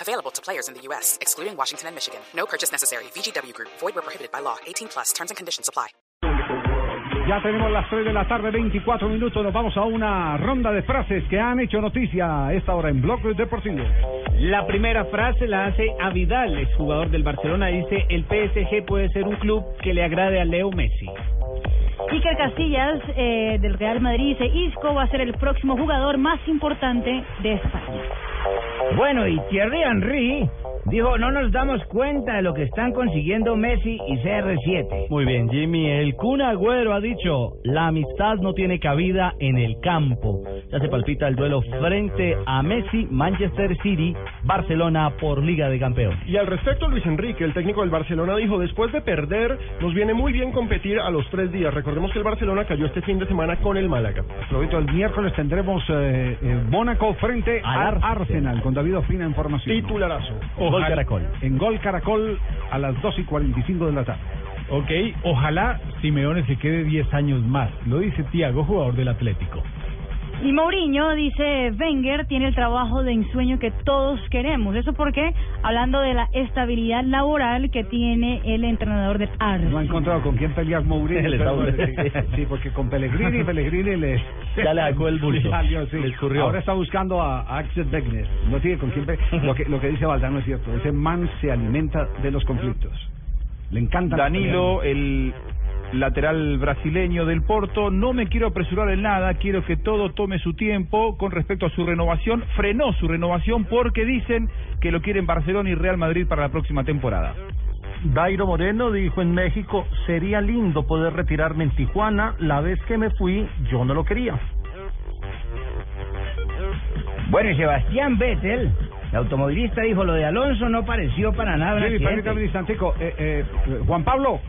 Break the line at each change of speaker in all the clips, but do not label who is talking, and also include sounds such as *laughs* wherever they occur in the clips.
Available to players in the U.S., excluding Washington and Michigan. No purchase necessary. VGW Group, void were prohibited by law. 18 plus terms and conditions apply.
Ya tenemos las 3 de la tarde, 24 minutos. Nos vamos a una ronda de frases que han hecho noticia a esta hora en Blog Deportivo.
La primera frase la hace Avidal, exjugador del Barcelona. Dice, el PSG puede ser un club que le agrade a Leo Messi.
Iker Casillas eh, del Real Madrid dice, Isco va a ser el próximo jugador más importante de España.
Bueno, y Thierry Henry dijo, no nos damos cuenta de lo que están consiguiendo Messi y CR7.
Muy bien, Jimmy. El Kun Agüero ha dicho, la amistad no tiene cabida en el campo. Ya se palpita el duelo frente a Messi, Manchester City, Barcelona por Liga de Campeones.
Y al respecto, Luis Enrique, el técnico del Barcelona, dijo, después de perder, nos viene muy bien competir a los tres días. Recordemos que el Barcelona cayó este fin de semana con el Málaga.
Aprovecho, el miércoles tendremos eh, eh, Mónaco frente al
Al
Arsenal,
Arsenal.
con David Ospina en formación.
Titularazo.
Gol Caracol.
En Gol Caracol a las 2 y 45 de la tarde.
Ok, ojalá Simeone se quede 10 años más. Lo dice Tiago, jugador del Atlético.
Y Mourinho dice, Wenger tiene el trabajo de ensueño que todos queremos. Eso porque, hablando de la estabilidad laboral que tiene el entrenador del
No ha
Arsenal.
encontrado con quién pelear
*laughs*
Mourinho.
El
pero-
Saúl.
sí, porque con Pellegrini, Pellegrini le...
Ya le sacó el bulto.
Le *laughs* salió, sí.
Le escurrió.
Ahora está buscando a a Axel Wegner. No tiene
*laughs*
con quién... pe- Lo que, lo que dice Valdano es cierto. Ese man se alimenta de los conflictos. Le encanta...
Danilo, el lateral brasileño del Porto, no me quiero apresurar en nada, quiero que todo tome su tiempo con respecto a su renovación. Frenó su renovación porque dicen que lo quieren Barcelona y Real Madrid para la próxima temporada.
Dairo Moreno dijo en México, sería lindo poder retirarme en Tijuana. La vez que me fui, yo no lo quería.
Bueno, y Sebastián Vettel, el automovilista, dijo, lo de Alonso no pareció para nada. un
Sí,
accidente".
permítame un instantico. Eh, eh, eh, Juan Pablo.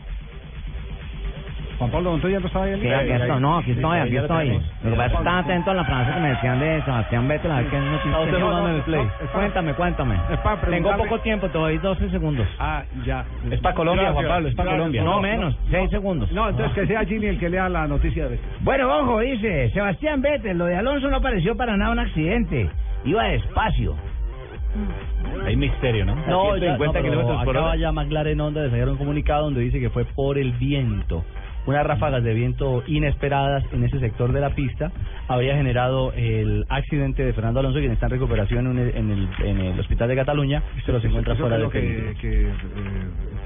Juan Pablo Montoya no estaba ahí.
Sí, aquí estoy, no, aquí estoy, aquí estoy. Lo que pasa es que estaba atento a la frase que me decían de Sebastián Vettel, a ver qué noticia.
usted
tenía.
jugando en el play.
No, es para- Cuéntame, cuéntame.
Es para
Tengo
preguntarle-
poco tiempo, todavía 12 segundos.
Ah, ya.
Es para Colombia, Juan Pablo, es para Colombia.
No menos, 6 segundos.
No, entonces que sea Jimmy el que lea la noticia de veces.
Bueno, ojo, dice Sebastián Vettel, lo de Alonso no pareció para nada un accidente. Iba despacio.
Hay misterio, ¿no?
No,
A 150
ya- no, pero
kilómetros por
acaba
hora.
ya McLaren Honda de sacar un comunicado donde dice que fue por el viento. Unas ráfagas de viento inesperadas en ese sector de la pista habría generado el accidente de Fernando Alonso, quien está en recuperación en el, en el- en el hospital de Cataluña, pero se encuentra
Eso
fuera
es
de
lo
peligro.
que, que, eh,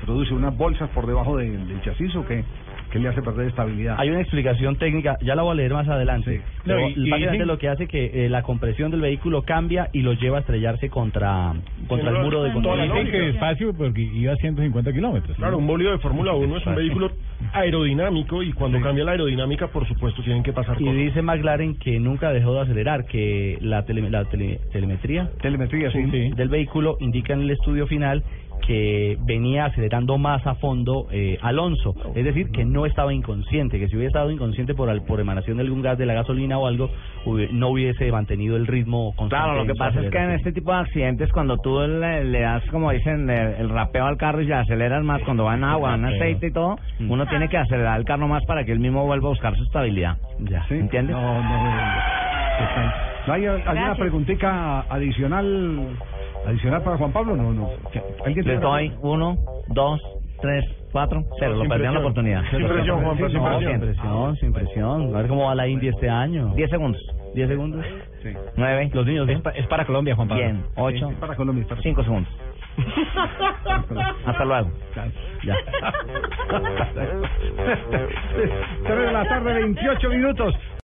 produce unas bolsas por debajo del, del chasis o que, que le hace perder estabilidad.
Hay una explicación técnica, ya la voy a leer más adelante.
Sí.
Pero
No, y- y
básicamente
dicen-
lo que hace que eh, la compresión del vehículo cambia y lo lleva a estrellarse contra, contra el muro de
Toda la
Dicen
lógica.
que despacio porque iba a 150 kilómetros.
Claro, un bolido de Fórmula 1 es un vehículo aerodinámico y cuando cambia la aerodinámica, por supuesto, tienen que pasar
Y
cosas.
dice McLaren que nunca dejó de acelerar, que la, tele- la tele- telemetría
Telemetría, sí.
Sí.
del vehículo indica en el estudio final que venía acelerando más a fondo eh, Alonso, es decir, que no estaba inconsciente, que si hubiera estado inconsciente por, al- por emanación de algún gas de la gasolina o algo, hubi- no hubiese mantenido el ritmo constante.
Claro, lo que
en su
pasa es que en
aceleración.
este tipo de accidentes, cuando tú le, le das, como dicen, el, el rapeo al carro y le aceleras más, cuando va en agua, en
rapeo.
aceite y todo,
Mm.
uno tiene que acelerar el carro más para que él mismo vuelva a buscar su estabilidad.
Ya.
Sí.
¿Entiendes?
No, no. está- ¿No ¿Hay alguna
Gracias.
preguntita adicional adicional para Juan Pablo? No,
*laughs*
no. ¿Alguien tiene
Le
una
doy uno, dos, tres, cuatro, cero. Lo perdieron la oportunidad.
Sin presión, Juan Pablo, sin
No,
presión.
sin presión, sin presión.
A ver cómo va la India este año.
Diez segundos.
10 segundos.
Sí.
Nueve,
Los niños,
Es, pa- es para Colombia, Juan Pablo.
bien, ocho,
Sí, para Colombia. Para
cinco segundos. Hasta luego.
Ya.
*laughs* Tres de la tarde, 28 minutos.